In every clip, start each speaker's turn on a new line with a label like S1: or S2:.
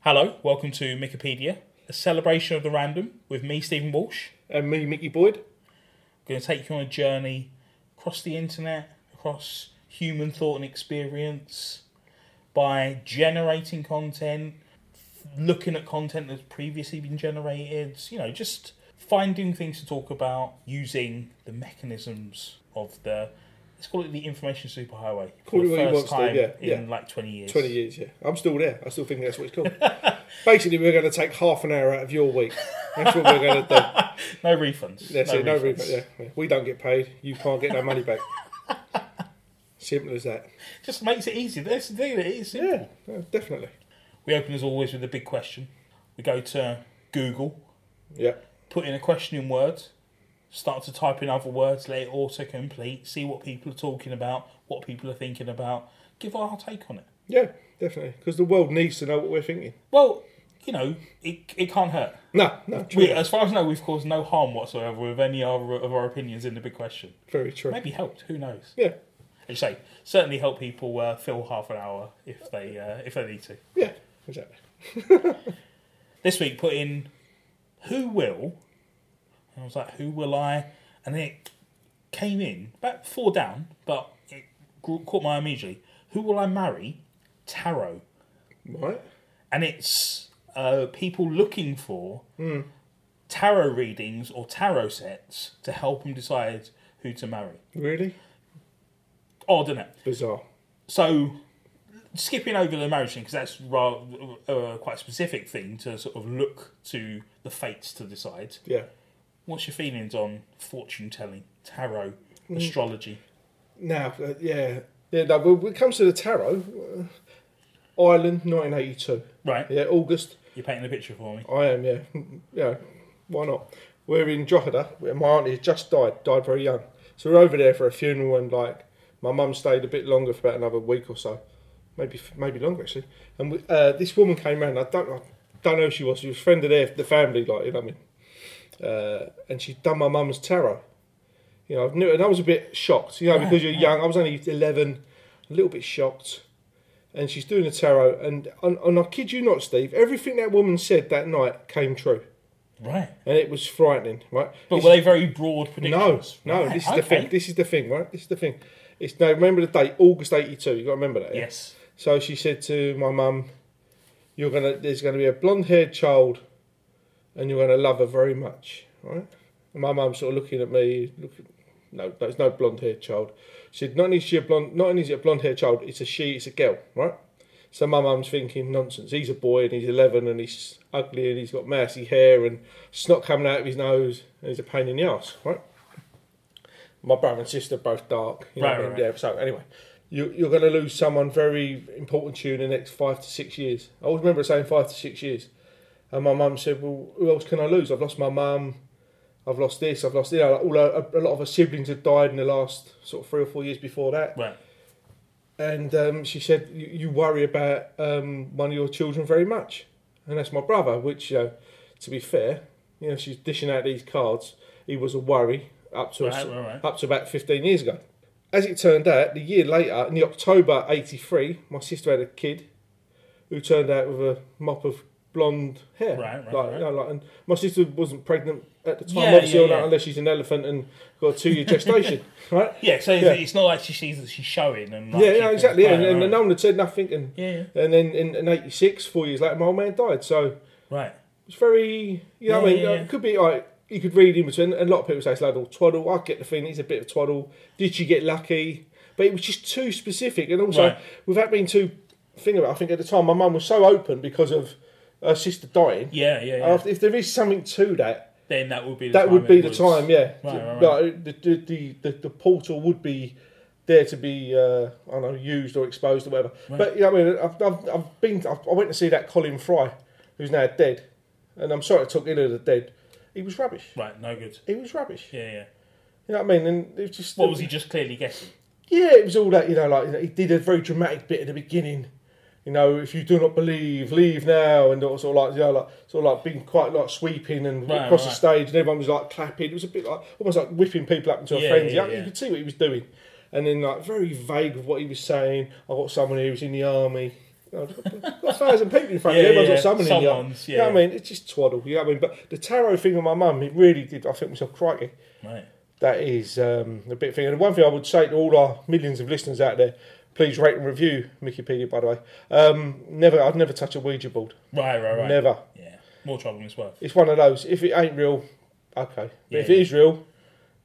S1: Hello, welcome to Wikipedia, a celebration of the random with me, Stephen Walsh.
S2: And me, Mickey Boyd.
S1: going to take you on a journey across the internet, across human thought and experience by generating content, looking at content that's previously been generated, you know, just finding things to talk about using the mechanisms of the let's call it the information superhighway for
S2: Call it
S1: the
S2: what you
S1: first time
S2: want, Steve, yeah,
S1: in like 20 years.
S2: 20 years, yeah. I'm still there. I still think that's what it's called. Basically, we're going to take half an hour out of your week. That's what we're going to do.
S1: No refunds.
S2: That's it. No refund. Yeah. yeah. We don't get paid. You can't get no money back. Simple as that.
S1: Just makes it easy. That's the thing. It is simple.
S2: Yeah, yeah, definitely.
S1: We open as always with a big question. We go to Google,
S2: Yeah.
S1: put in a question in Word, start to type in other words, let it autocomplete, see what people are talking about, what people are thinking about, give our take on it.
S2: Yeah, definitely. Because the world needs to know what we're thinking.
S1: Well, you know, it, it can't hurt.
S2: No, no, true.
S1: We, as far as I know, we've caused no harm whatsoever with any our, of our opinions in the big question.
S2: Very true.
S1: Maybe helped, who knows?
S2: Yeah,
S1: As you say, certainly help people uh, fill half an hour if they uh, if they need to.
S2: yeah, exactly.
S1: this week put in who will and I was like who will I and then it came in about four down but it gr- caught my eye immediately who will I marry tarot
S2: Right.
S1: and it's uh, people looking for tarot readings or tarot sets to help them decide who to marry
S2: Really?
S1: odd isn't it
S2: Bizarre.
S1: so skipping over the marriage thing because that's rather, uh, quite a specific thing to sort of look to the fates to decide
S2: Yeah.
S1: What's your feelings on fortune telling, tarot, astrology?
S2: Now, uh, yeah. Yeah, no, but when it comes to the tarot, uh, Ireland, 1982.
S1: Right,
S2: Yeah, August.
S1: you're painting a picture for me.
S2: I am, yeah. yeah, why not? We're in Drogheda, where my auntie had just died, died very young. So we're over there for a funeral, and like my mum stayed a bit longer for about another week or so, maybe maybe longer actually. And we, uh, this woman came round. I don't I don't know who she was. She was a friend of their the family, like you know what I mean. Uh, and she'd done my mum's tarot. You know, I knew, and I was a bit shocked. You know,
S1: Right,
S2: because you're
S1: yeah.
S2: young. I was only eleven, a little bit shocked. And she's doing the tarot, and, and and I kid you not, Steve. Everything that woman said that night came true
S1: Right.
S2: and it was frightening, right?
S1: But
S2: It's-
S1: were they very broad predictions?
S2: no, no,
S1: Right,
S2: this is the
S1: okay.
S2: thing. This is the thing, right? This is the thing. It's now remember the date, August '82. You got to remember that. yeah?
S1: Yes.
S2: So she said to my mum, "You're gonna, there's gonna be a blonde-haired child, and you're gonna love her very much, right?" And my mum sort of looking at me, look, no, there's no blonde-haired child. She said, "Not only is she a blonde, not only is it a blonde-haired child, it's a she, it's a girl, right?" So my mum's thinking nonsense. He's a boy and he's eleven and he's ugly and he's got mousy hair and snot coming out of his nose and he's a pain in the ass, right? My brother and sister are both dark. You know
S1: Right,
S2: what I
S1: right,
S2: mean? Yeah, so anyway, you, you're going to lose someone very important to you in the next five to six years. I always remember saying five to six years. And my mum said, well, who else can I lose? I've lost my mum. I've lost this. I've lost, you know, all her, a lot of her siblings had died in the last sort of three or four years before that
S1: Right.
S2: and um, she said, "You you worry about um, one of your children very much," and that's my brother. Which, you know, to be fair, you know, she's dishing out these cards. He was a worry up to
S1: Right, right, right.
S2: up to about fifteen years ago. As it turned out, the year later, in the October '83, my sister had a kid who turned out with a mop of blonde hair.
S1: Right, right,
S2: like,
S1: right.
S2: You know, like, and my sister wasn't pregnant at the time,
S1: Yeah,
S2: obviously,
S1: yeah,
S2: or not,
S1: yeah.
S2: unless she's an elephant and got a two-year gestation, right?
S1: Yeah, so
S2: Yeah.
S1: it's not like she sees that she's showing and like
S2: yeah,
S1: she
S2: yeah,
S1: thinks,
S2: exactly. Yeah.
S1: right,
S2: And, and
S1: right.
S2: no one had said nothing, and
S1: Yeah, yeah.
S2: and then in, in 86, four years later, my old man died. So
S1: Right.
S2: it's very, you know what I
S1: Yeah,
S2: mean?
S1: yeah,
S2: Uh,
S1: yeah.
S2: It could be like, you could read in between, and a lot of people say it's like all twaddle. I get the feeling he's a bit of twaddle. Did you get lucky? But it was just too specific. And also,
S1: Right.
S2: without being too, thing about it, I think at the time my mum was so open because of her sister dying.
S1: Yeah, yeah, yeah.
S2: Uh, If there is something to that,
S1: then that would be the
S2: that
S1: time
S2: would be
S1: it
S2: the
S1: was-
S2: time, yeah.
S1: Right, right,
S2: Like, the, the, the, the, the portal would be there to be, uh, I don't know, used or exposed or whatever.
S1: Right.
S2: But, you know, what I mean, I've, I've, I've been, I've, I went to see that Colin Fry, who's now dead, and I'm sorry I took into the dead. He was rubbish.
S1: Right, no good.
S2: He was rubbish.
S1: Yeah, yeah.
S2: You know what I mean? And it was just.
S1: What was he just clearly guessing?
S2: Yeah, it was all that, you know, like, you know, he did a very dramatic bit at the beginning. You know, if you do not believe, leave now, and all sort of like, you know, like, sort of like being quite like sweeping and
S1: Right,
S2: across the
S1: right.
S2: stage, and everyone was like clapping. It was a bit like almost like whipping people up into a
S1: Yeah,
S2: frenzy.
S1: yeah,
S2: Like,
S1: yeah.
S2: You could see what he was doing, and then like very vague of what he was saying. I got someone who was in the army. know, I've got a thousand people in front of
S1: Yeah,
S2: you. Everyone's
S1: yeah,
S2: got someone in you.
S1: someone's,
S2: You know what
S1: yeah.
S2: I mean? It's just twaddle. You know what I mean? But the tarot thing with my mum, it really did. I think myself, crikey,
S1: Right.
S2: that is um, a bit thing. And one thing I would say to all our millions of listeners out there, please rate and review Wikipedia. By the way, um, never. I'd never touch a Ouija board.
S1: Right, right, right.
S2: Never.
S1: Yeah. More trouble than it's worth.
S2: It's one of those. If it ain't real, okay. But
S1: Yeah,
S2: if it
S1: yeah.
S2: is real,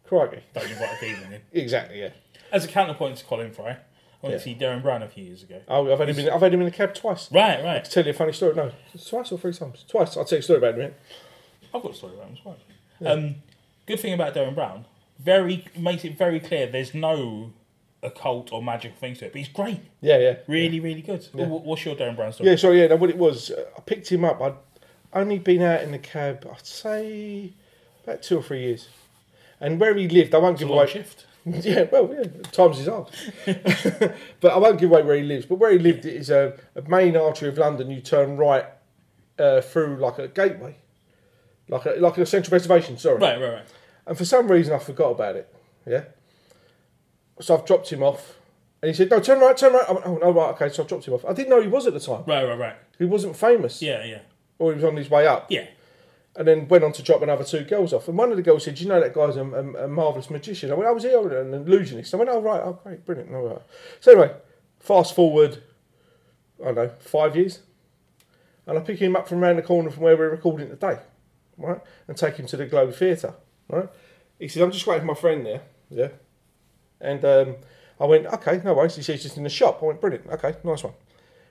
S2: crikey.
S1: Don't invite a demon in.
S2: Exactly. Yeah.
S1: As a counterpoint to Colin Fry, I went
S2: Yeah.
S1: to see Darren Brown a few years ago.
S2: Oh, I've only been. I've had him in a cab twice.
S1: Right,
S2: I
S1: right.
S2: tell you a funny story. No, twice or three times. Twice. I'll tell you a story about him. in a minute.
S1: I've got a story about him as well. Um, good thing about Darren Brown, very makes it very clear there's no occult or magical things to it, but he's great.
S2: Yeah, yeah.
S1: Really, really good. Wh- what's your Darren Brown story?
S2: Yeah, sorry, yeah, no, what it was, uh, I picked him up. I'd only been out in the cab, I'd say, about two or three years. And where he lived, I won't
S1: It's a
S2: give
S1: long
S2: away.
S1: shift.
S2: Yeah, well, yeah, times is hard. but I won't give away where he lives. But where he lived is a, a main artery of London. You turn right uh, through like a gateway, like a, like a central reservation, sorry.
S1: Right, right, right.
S2: And for some reason, I forgot about it. Yeah. So I've dropped him off. And he said, no, turn right, turn right. I went, oh, no, right, okay. So I dropped him off. I didn't know he was at the time.
S1: Right, right, right.
S2: He wasn't famous.
S1: Yeah, yeah.
S2: Or he was on his way up.
S1: Yeah.
S2: And then went on to drop another two girls off. And one of the girls said, you know that guy's a, a, a marvellous magician. I went, "Oh, I was here, an illusionist. I went, oh, right, oh, great, brilliant. All right. So anyway, fast forward, I don't know, five years. And I pick him up from around the corner from where we're recording today. Right? And take him to the Globe Theatre. Right? He said, I'm just waiting for my friend there. Yeah. And um, I went, okay, no worries. He said, he's just in the shop. I went, brilliant. Okay, nice one.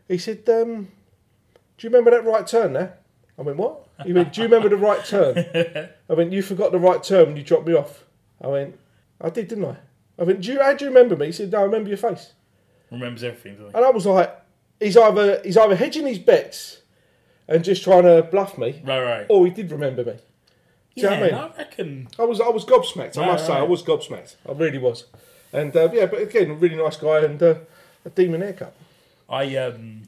S2: He said, um, do you remember that right turn there? I went, what? He went, do you remember the right turn? I went, you forgot the right turn when you dropped me off. I went, I did, didn't I? I went, do you, how do you remember me? He said, no, I remember your face.
S1: Remembers everything, doesn't he?
S2: And I was like, he's either, he's either hedging his bets and just trying to bluff me,
S1: Right, right.
S2: or he did remember me. oh, Do you
S1: yeah,
S2: know what I mean?
S1: I reckon.
S2: I was I was gobsmacked. I
S1: Right,
S2: must say, I
S1: right.
S2: was gobsmacked. I really was. And uh, yeah, but again, a really nice guy and uh, a demon haircut.
S1: I um,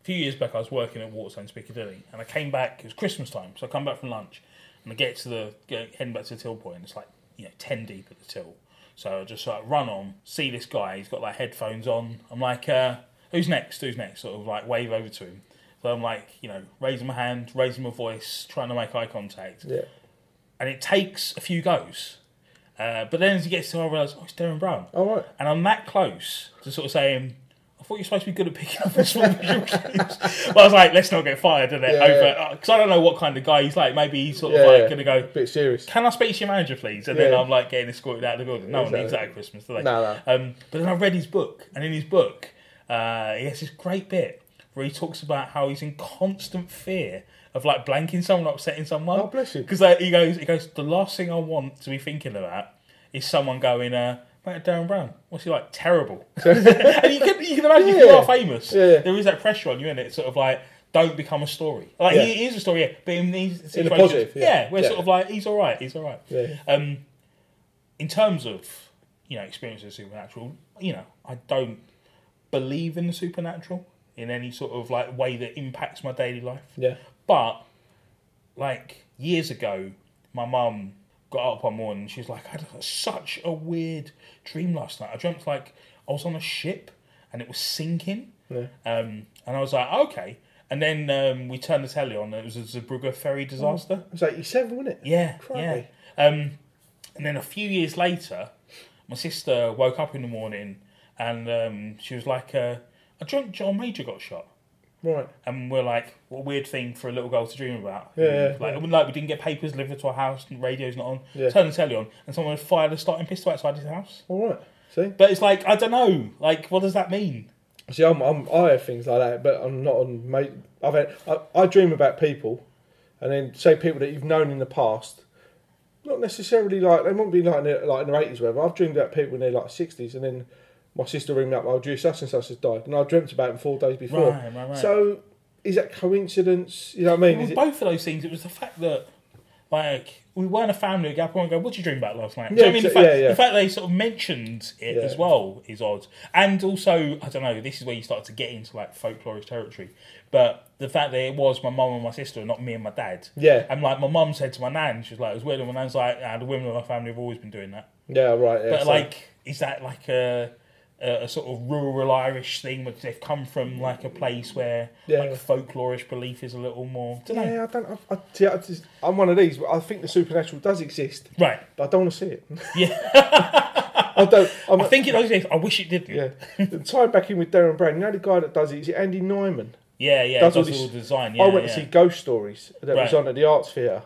S1: a few years back, I was working at Waterstones Piccadilly, and I came back. It was Christmas time, so I come back from lunch, and I get to the go, heading back to the till point. and It's like you know ten deep at the till, so I just like run on, see this guy. He's got like headphones on. I'm like, uh, who's next? Who's next? Sort of like wave over to him. So I'm like, you know, raising my hand, raising my voice, trying to make eye contact
S2: Yeah,
S1: and it takes a few goes. Uh, but then as he gets to, I realise, oh, it's Darren Brown.
S2: All right.
S1: And I'm that close to sort of saying, I thought you were supposed to be good at picking up on small visual cues. But I was like, let's not get fired, did it?
S2: Yeah, yeah.
S1: Over because I don't know what kind of guy he's like. Maybe he's sort of
S2: Yeah,
S1: like
S2: yeah.
S1: going to
S2: a
S1: go.
S2: bit serious.
S1: Can I speak to your manager, please? And then
S2: Yeah.
S1: I'm like getting escorted out of the building. No one needs that
S2: Exactly.
S1: at Christmas, do they?
S2: No,
S1: Um, but then I read his book, and in his book, uh, he has this great bit where he talks about how he's in constant fear of like blanking someone, upsetting someone.
S2: Oh, bless you.
S1: Because like, he goes, he goes. The last thing I want to be thinking about is someone going, uh, "Mate, Darren Brown, what's he like? Terrible." and you can you can imagine if you
S2: Yeah.
S1: are famous,
S2: Yeah.
S1: there is that pressure on you, and it sort of like. Don't become a story. Like
S2: Yeah.
S1: he is a story, yeah, but in these
S2: In the
S1: situations-
S2: positive, yeah.
S1: yeah, we're
S2: Yeah.
S1: sort of like he's all right, he's all right.
S2: Yeah.
S1: Um, in terms of you know experiences of supernatural, you know I don't believe in the supernatural in any sort of like way that impacts my daily life.
S2: Yeah,
S1: But like years ago, my mum got up one morning and she was like, I had such a weird dream last night. I dreamt like I was on a ship and it was sinking.
S2: Yeah.
S1: Um, and I was like, okay. And then um, we turned the telly on and it was a Zabrugga ferry disaster.
S2: it was eighty-seven, wasn't it?
S1: Yeah,
S2: Crikey.
S1: yeah. Um, and then a few years later, my sister woke up in the morning and um, she was like, uh, "I dreamt John Major got shot,"
S2: Right.
S1: and we're like, "What a weird thing for a little girl to dream about."
S2: Yeah, yeah,
S1: like, like we didn't get papers delivered to our house, and radio's not on.
S2: Yeah.
S1: Turn the telly on, and someone had fired a starting pistol outside his house.
S2: All right. See,
S1: But it's like I don't know, like what does that mean?
S2: see, I'm, I'm I have things like that, but I'm not on. Mate, I've had I, I dream about people, and then say people that you've known in the past. Not necessarily like they won't be like in their, like in their eighties, whatever. I've dreamed about people in their like sixties, and then my sister rang me up. Oh, Drew such and such has died, and I dreamt about him four days before.
S1: Right, right, right.
S2: So, is that coincidence? You know what I mean?
S1: Well,
S2: Is it,
S1: both of those things, it was the fact that, like, we weren't a family gap and go, what did you dream about last night? Do you
S2: Yeah,
S1: know what I mean, the
S2: exa-
S1: fact,
S2: yeah, yeah.
S1: the fact they sort of mentioned it
S2: Yeah.
S1: as well is odd. And also, I don't know, this is where you start to get into like folkloric territory. But the fact that it was my mum and my sister and not me and my dad.
S2: Yeah.
S1: And like, my mum said to my nan, she was like, it was weird. And my nan's like, ah, the women of my family have always been doing that.
S2: yeah, right. Yeah,
S1: But
S2: so-
S1: like, is that like a. a, a sort of rural Irish thing, which they've come from like a place where
S2: Yeah.
S1: like folklorish belief is a little more. Don't know.
S2: Yeah, I don't. I, I, see, I just, I'm one of these. where I think the supernatural does exist,
S1: Right.
S2: but I don't want to see it.
S1: Yeah.
S2: I don't. I'm,
S1: I think it does. I wish it didn't. Yeah.
S2: Yeah. And tie back in with Darren Brown. You know the guy that does it. Is it Andy Nyman?
S1: Yeah. Yeah.
S2: Does
S1: it
S2: all
S1: does
S2: this-
S1: all the design. Yeah.
S2: I went
S1: yeah.
S2: to see Ghost Stories that was
S1: Right.
S2: on at the Arts Theatre,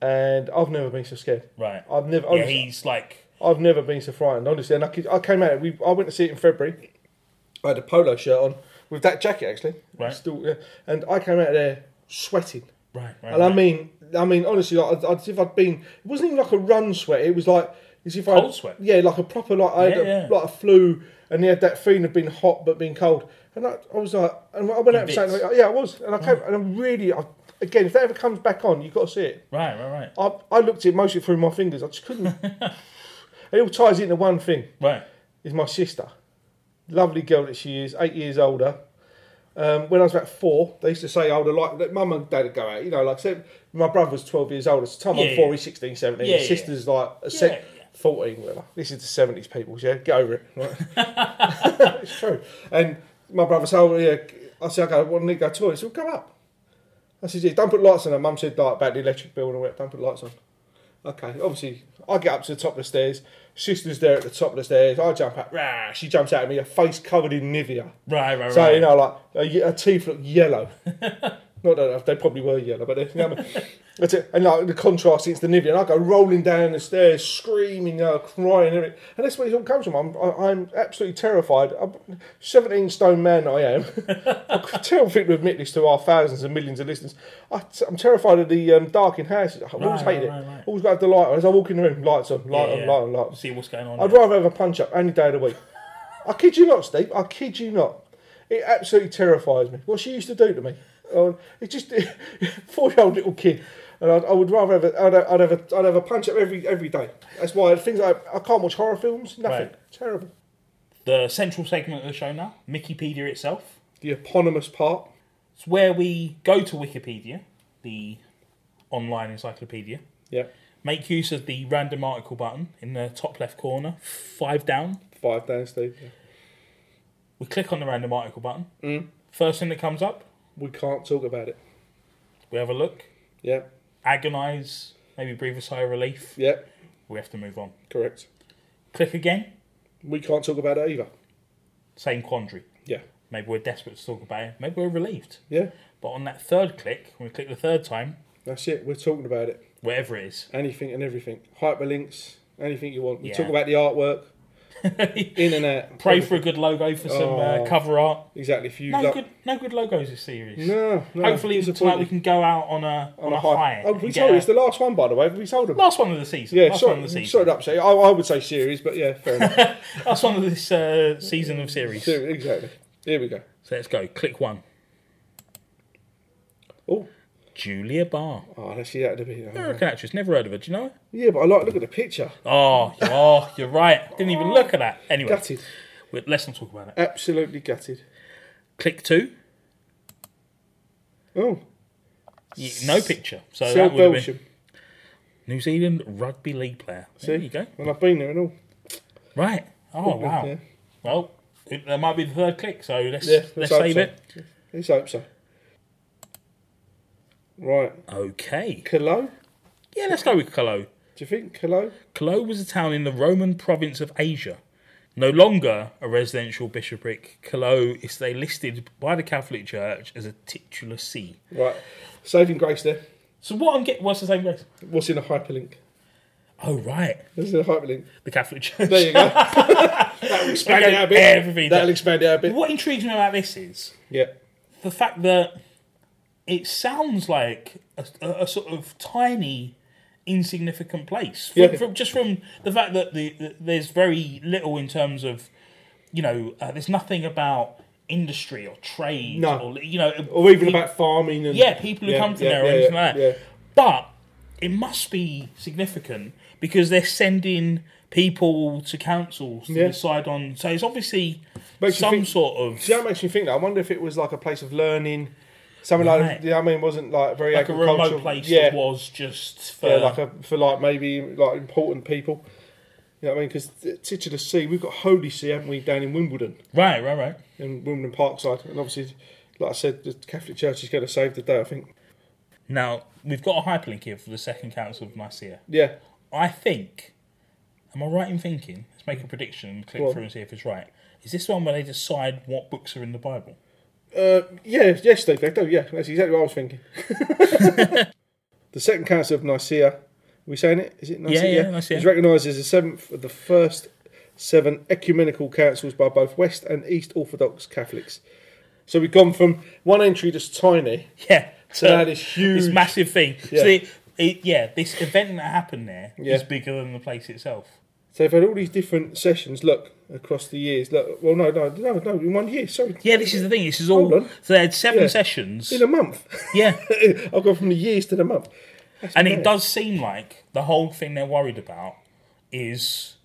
S2: and I've never been so scared.
S1: Right.
S2: I've never.
S1: Yeah.
S2: honestly,
S1: He's like.
S2: I've never been so frightened, honestly. And I, could, I came out. We I went to see it in February. I had a polo shirt on with that jacket actually.
S1: Right.
S2: Still, yeah. And I came out of there sweating.
S1: Right. Right.
S2: And I
S1: right.
S2: mean, I mean, honestly, like, I- I- as if I'd been. It wasn't even like a run sweat. It was like as if I
S1: Cold sweat.
S2: Yeah, like a proper like I had
S1: Yeah,
S2: a,
S1: yeah.
S2: like a flu, and they had that feeling of being hot but being cold. And I, I was like, and I went
S1: In
S2: out and sat.
S1: bits.
S2: Yeah, I was, and I came, and I'm really. I, again, if that ever comes back on, you've got to see it.
S1: Right. Right. Right.
S2: I, I looked at it mostly through my fingers. I just couldn't. it all ties into one thing
S1: Right.
S2: is my sister. Lovely girl that she is, eight years older. Um, when I was about four, they used to say older, like that mum and dad would go out, you know, like so my brother was 12 years older, so time
S1: Yeah,
S2: I'm four,
S1: yeah.
S2: he's 16, 17,
S1: Yeah,
S2: his
S1: yeah.
S2: sister's like a se-
S1: Yeah, yeah.
S2: 14, whatever. This is the 70s, people, yeah, get over it. right? it's true. And my brother said, oh, yeah, I said, okay, I want to go to the toilet. He said, well, go up. I said, yeah, don't put lights on. And mum said, like, about the electric bill and all that, don't put lights on. Okay, obviously, I get up to the top of the stairs. Sister's there at the top of the stairs. I jump out. Rah, she jumps out at me, her face covered in Nivea.
S1: Right. Right. Right.
S2: So, you know, like, her, ye- her teeth look yellow. Not that they probably were yellow, but they, you know, what I mean? That's it. and like the contrast against the Nivea. And I go rolling down the stairs, screaming, uh, crying, and everything. And that's where it all comes from. I'm, I, I'm absolutely terrified. I'm 17 stone man I am. I'm terrified to admit this to our thousands and millions of listeners. I, am terrified of the um, dark in houses. I've always
S1: Right,
S2: hated
S1: right,
S2: it.
S1: right.
S2: Always got to have the light on. As I walk in the room, lights on, light
S1: Yeah,
S2: on,
S1: yeah.
S2: light on, light on.
S1: See what's going on.
S2: I'd
S1: there.
S2: rather have a punch up any day of the week. I kid you not, Steve. I kid you not. It absolutely terrifies me. What she used to do to me. Oh, it just four year old little kid. And I'd, I would rather have a, I'd, have- I'd have a, I'd have a punch up every every day. That's why things like I can't watch horror films. Nothing.
S1: Right.
S2: Terrible.
S1: the central segment of the show now, Wikipedia itself.
S2: The eponymous part.
S1: It's where we go to Wikipedia, the online encyclopedia,
S2: Yeah.
S1: make use of the random article button in the top left corner, five down.
S2: Five down, Steve.
S1: We click on the random article button.
S2: Mm.
S1: First thing that comes up,
S2: We can't talk about it.
S1: we have a look,
S2: Yeah.
S1: agonise, maybe breathe a sigh of relief.
S2: Yeah.
S1: We have to move on.
S2: Correct.
S1: Click again,
S2: We can't talk about it either.
S1: same quandary.
S2: Yeah.
S1: Maybe we're desperate to talk about it, maybe we're relieved.
S2: Yeah.
S1: But on that third click, when we click the third time,
S2: That's it. We're talking about it.
S1: whatever it is,
S2: anything and everything. Hyperlinks, anything you want. We
S1: Yeah.
S2: talk about the artwork, in and out.
S1: pray for a good logo for some
S2: Oh.
S1: uh, cover art.
S2: exactly. If you
S1: No
S2: like-
S1: good, no good logos this series.
S2: no, no,
S1: Hopefully
S2: disappointing.
S1: tonight we can go out on a on, a
S2: hi-
S1: high.
S2: Oh,
S1: and
S2: we
S1: get
S2: told
S1: a-
S2: you it's the last one, by the way. We sold them.
S1: last one of the season.
S2: Yeah,
S1: last
S2: sorry,
S1: one of the
S2: sorry
S1: season.
S2: to upset. you. I, I would say series, but yeah, fair enough.
S1: Last one of this uh, season of series. So
S2: Series, exactly. Here we go.
S1: let's go. Click one.
S2: Oh,
S1: Julia Barr,
S2: oh, let's see that in a bit. Oh.
S1: American actress. Never heard of her. Do you know her?
S2: Yeah, but I like look at the picture.
S1: Oh, you- oh, you're right. Didn't even look at that. Anyway,
S2: Gutted,
S1: we- let's not talk about that.
S2: absolutely gutted.
S1: Click two.
S2: Oh,
S1: Y- No picture. So
S2: South
S1: that would have been
S2: Belgium.
S1: New Zealand rugby league player.
S2: See,
S1: There you go.
S2: And I've been there and all.
S1: Right. Oh wow.
S2: yeah.
S1: Well, it, that might be the third click. So let's
S2: Yeah,
S1: let's,
S2: let's hope
S1: save
S2: so.
S1: it.
S2: Let's hope so. Right,
S1: Okay.
S2: Cologne.
S1: Yeah, let's go with Cologne.
S2: Do you think Cologne?
S1: Cologne was a town in the Roman province of Asia. No longer a residential bishopric, Cologne is they listed by the Catholic Church as a titular see.
S2: Right, saving grace there.
S1: So what I'm getting, what's the same race?
S2: What's in a hyperlink?
S1: Oh right,
S2: What's in a hyperlink?
S1: the Catholic Church.
S2: There you go. That'll expand it out a bit.
S1: Everything.
S2: That'll expand it out a bit.
S1: What intrigues me about this is
S2: Yeah.
S1: the fact that it sounds like a, a- a sort of tiny, insignificant place. From,
S2: Yeah.
S1: from- just from the fact that the, the, there's very little in terms of, you know, uh, there's nothing about industry or trade
S2: No.
S1: or you know,
S2: Or even
S1: peop-
S2: about farming and
S1: yeah, people who
S2: Yeah,
S1: come from
S2: yeah,
S1: there or
S2: yeah,
S1: anything
S2: yeah,
S1: like that.
S2: yeah.
S1: But it must be significant because they're sending people to councils to
S2: Yeah.
S1: decide on. So it's obviously
S2: Makes you
S1: some
S2: think-
S1: sort of
S2: See, that makes me think. That I wonder if it was like a place of learning, something
S1: Right.
S2: like you know what I mean, wasn't like very
S1: like a
S2: agricultural.
S1: remote place uh,
S2: Yeah,
S1: that was just for
S2: yeah, like a, for like maybe like important people. You know what I mean? Because Titular Sea, we've got Holy Sea, haven't we, down in Wimbledon,
S1: Right, right, right.
S2: in Wimbledon Parkside. And obviously, like I said, the Catholic Church is going to save the day, I think.
S1: Now, we've got a hyperlink here for the Second Council of Nicaea.
S2: Yeah,
S1: I think, am I right in thinking? Let's make a prediction and click
S2: Go on.
S1: through and see if it's right. Is this one where they decide what books are in the Bible?
S2: Uh, yeah, yes, Steve, they do. Yeah, that's exactly what I was thinking. the Second Council of Nicaea, are we saying it? Is it Nicaea?
S1: yeah, Nicaea.
S2: Is recognised as the seventh of the first seven ecumenical councils by both West and East Orthodox Catholics. So we've gone from one entry just tiny
S1: Yeah.
S2: to now this huge.
S1: This massive thing.
S2: Yeah.
S1: So it, it, yeah, this event that happened there is
S2: Yeah.
S1: bigger than the place itself.
S2: so they've had all these different sessions. Look across the years. Look, well, no, no, no, no, in one year. Sorry,
S1: Yeah, this is the thing. This is
S2: Hold
S1: all.
S2: on.
S1: So they had seven
S2: Yeah.
S1: sessions.
S2: in a month.
S1: Yeah.
S2: I've gone from the years to the month. That's
S1: and it
S2: mad.
S1: does seem like the whole thing they're worried about is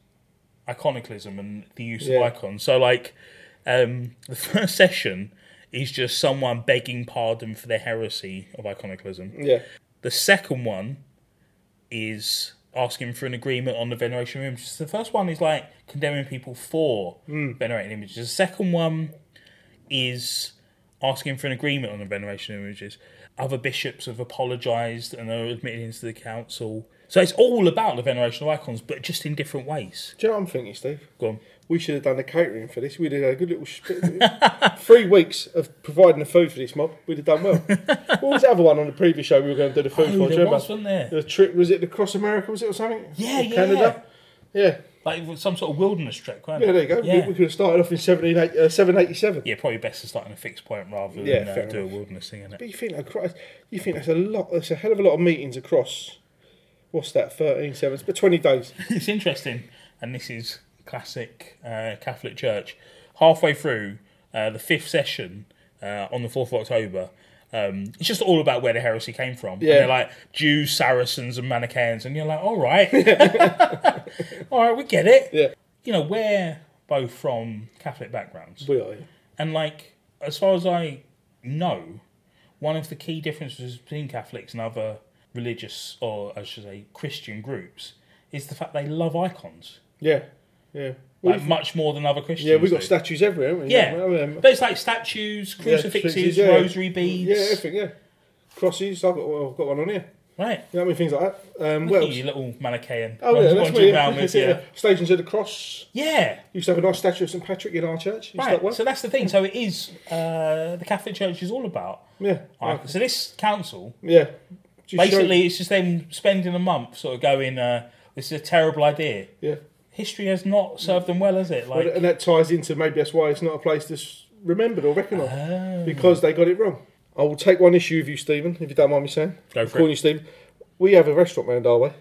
S1: iconoclasm and the use
S2: Yeah.
S1: of icons. So, like, um, the first session is just someone begging pardon for their heresy of iconoclasm.
S2: Yeah,
S1: The second one is asking for an agreement on the veneration of images. The first one is like condemning people for
S2: Mm.
S1: venerating images. The second one is asking for an agreement on the veneration of images. Other bishops have apologised and are admitted into the council. So it's all about the veneration of icons, but just in different ways.
S2: do you know what I'm thinking, Steve?
S1: Go on.
S2: We should have done the catering for this. We'd have had a good little sp- three weeks of providing the food for this mob. We'd have done well. what was the other one on the previous show? We were going to do the food
S1: Oh,
S2: for. do you
S1: there
S2: remember?
S1: was, wasn't there?
S2: The trip was it the Cross America? Was it or something?
S1: Yeah,
S2: Or
S1: yeah.
S2: Canada. Yeah,
S1: Like with some sort of wilderness trek, right?
S2: yeah. There you go. We,
S1: Yeah,
S2: we could have started off in 17, eight- uh, 787.
S1: yeah probably best to start on a fixed point rather than
S2: Yeah, fair
S1: uh, do a
S2: enough.
S1: wilderness thing, innit?
S2: But you think across, you think that's a lot. That's a hell of a lot of meetings across. What's that? 13, 7, but 20 days.
S1: it's interesting, and this is classic uh, Catholic Church. Halfway through uh, the fifth session uh, on the 4th of October, um, it's just all about where the heresy came from. And
S2: Yeah.
S1: they're like Jews, Saracens, and Manichaeans, and you're like, all right, all right, we get it.
S2: Yeah.
S1: You know, we're both from Catholic backgrounds.
S2: We are. yeah.
S1: And like, as far as I know, one of the key differences between Catholics and other religious, or I should say, Christian groups, is the fact they love icons
S2: Yeah, yeah.
S1: like
S2: We've-
S1: much more than other Christians.
S2: yeah, we've got
S1: do.
S2: statues everywhere. haven't we?
S1: Yeah,
S2: Um,
S1: but it's like statues, crucifixes,
S2: crucifixes, yeah.
S1: rosary beads.
S2: Yeah, everything, yeah. Crosses, I've got, well, I've got one on here.
S1: Right.
S2: You know what I mean? Things like that. Um,
S1: Look
S2: what
S1: at
S2: else?
S1: you, little Manichaean.
S2: Oh, yeah, that's
S1: wandering
S2: where
S1: around
S2: yeah.
S1: with you.
S2: Stations of the Cross.
S1: Yeah,
S2: Used to have a nice statue of St. Patrick in our church. Used to
S1: right.
S2: have one.
S1: So that's the thing. So it is uh, the Catholic Church is all about.
S2: yeah. Uh,
S1: icons. So this council,
S2: yeah. Just
S1: basically, it's just them spending a month sort of going. Uh, this is a terrible idea.
S2: show- yeah.
S1: History has not served them well, has it?
S2: Well,
S1: Like,
S2: and that ties into maybe that's why it's not a place that's remembered or recognised.
S1: oh.
S2: because they got it wrong. I will take one issue with you, Stephen, if you don't mind me saying.
S1: Go
S2: I'm
S1: for it.
S2: calling you Stephen. We have a restaurant round our way.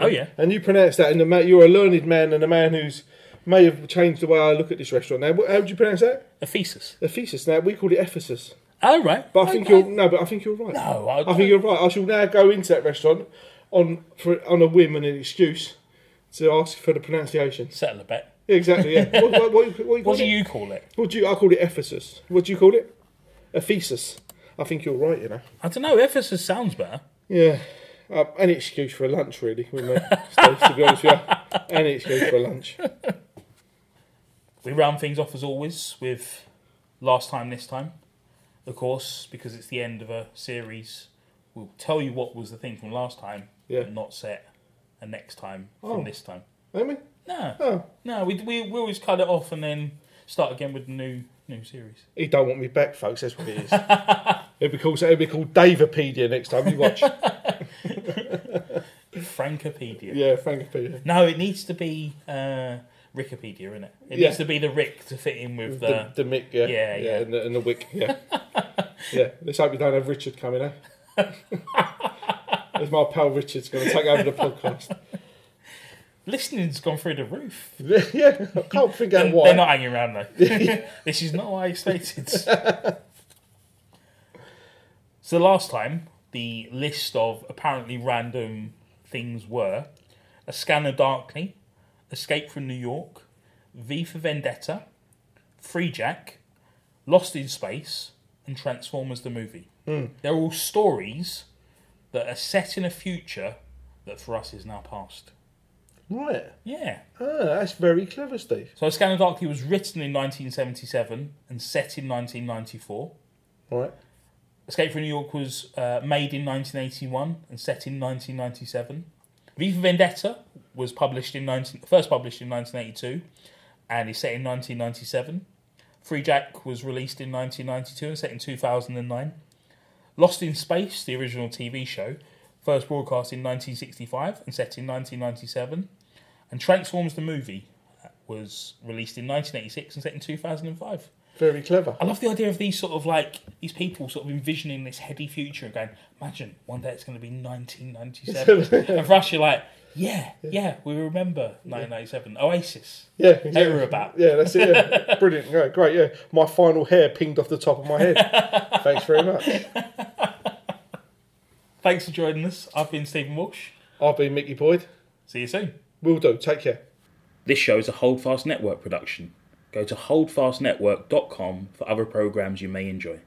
S1: oh yeah,
S2: And you pronounce that in the ma- you're a learned man and a man who's may have changed the way I look at this restaurant. Now, wh- how would you pronounce that?
S1: Ephesus.
S2: Ephesus. Now we called it Ephesus,
S1: Oh right.
S2: but I think
S1: Okay.
S2: you're no, but I think you're right.
S1: No,
S2: I think you're right. I shall now go into that restaurant on for, on a whim and an excuse to ask for the pronunciation.
S1: settle a bet.
S2: Yeah, exactly. Yeah. what, what, what, what,
S1: What do you call it?
S2: What do you? I called it Ephesus. What do you call it? Ephesus. I think you're right. You know.
S1: I don't know. Ephesus sounds better.
S2: Yeah. Uh, any excuse for a lunch, really, with me, Steve, to be honest with you. Any excuse for a lunch.
S1: We round things off as always with last time, this time. Of course, because it's the end of a series, we'll tell you what was the thing from last time,
S2: Yeah.
S1: but not set a next time from
S2: Oh.
S1: this time.
S2: Amy?
S1: No,
S2: Oh.
S1: no, we, we we always cut it off and then start again with the new new series.
S2: He don't want me back, folks. That's what it is. it'll be called it'll be called Davipedia next time you watch.
S1: Frankopedia.
S2: yeah, Frankopedia.
S1: No, it needs to be uh, Rickopedia, innit? It
S2: Yeah.
S1: needs to be the Rick to fit in with uh, the.
S2: The, the mick, yeah,
S1: Yeah, yeah.
S2: and, the, and the wick, yeah, yeah. Let's hope we don't have Richard coming, eh? There's my pal Richard's going to take over the podcast.
S1: Listening's gone through the roof.
S2: yeah, I can't figure out
S1: They're,
S2: why.
S1: they're not hanging around though. this is not what I expected. so the last time, the list of apparently random things were A Scanner Darkly, Escape from New York, V for Vendetta, Free Jack, Lost in Space, and Transformers the Movie. They're all stories that are set in a future that for us is now past.
S2: Right.
S1: Yeah.
S2: Ah, that's very clever, Steve.
S1: So A Scan of Darkly was written in 1977 and set in 1994.
S2: Right.
S1: Escape from New York was uh, made in 1981 and set in 1997. V for Vendetta was published in 19, first published in 1982 and is set in 1997. Free Jack was released in 1992 and set in 2009. Lost in Space, the original TV show, first broadcast in 1965 and set in 1997. And Transforms the movie was released in 1986 and set in 2005.
S2: Very clever.
S1: I love the idea of these sort of like these people sort of envisioning this heady future and going, imagine one day it's going to be 1997. and for us, you're like, yeah, yeah, we remember 1997. Oasis.
S2: Yeah.
S1: They
S2: Exactly.
S1: were about.
S2: Yeah, that's it. Yeah. Brilliant. Yeah, great. Yeah. My final hair pinged off the top of my head. Thanks very much.
S1: Thanks for joining us. I've been Stephen Walsh.
S2: I've been Mickey Boyd.
S1: See you soon.
S2: Will do. Take care.
S1: This show is a Holdfast Network production. Go to holdfastnetwork.com for other programs you may enjoy.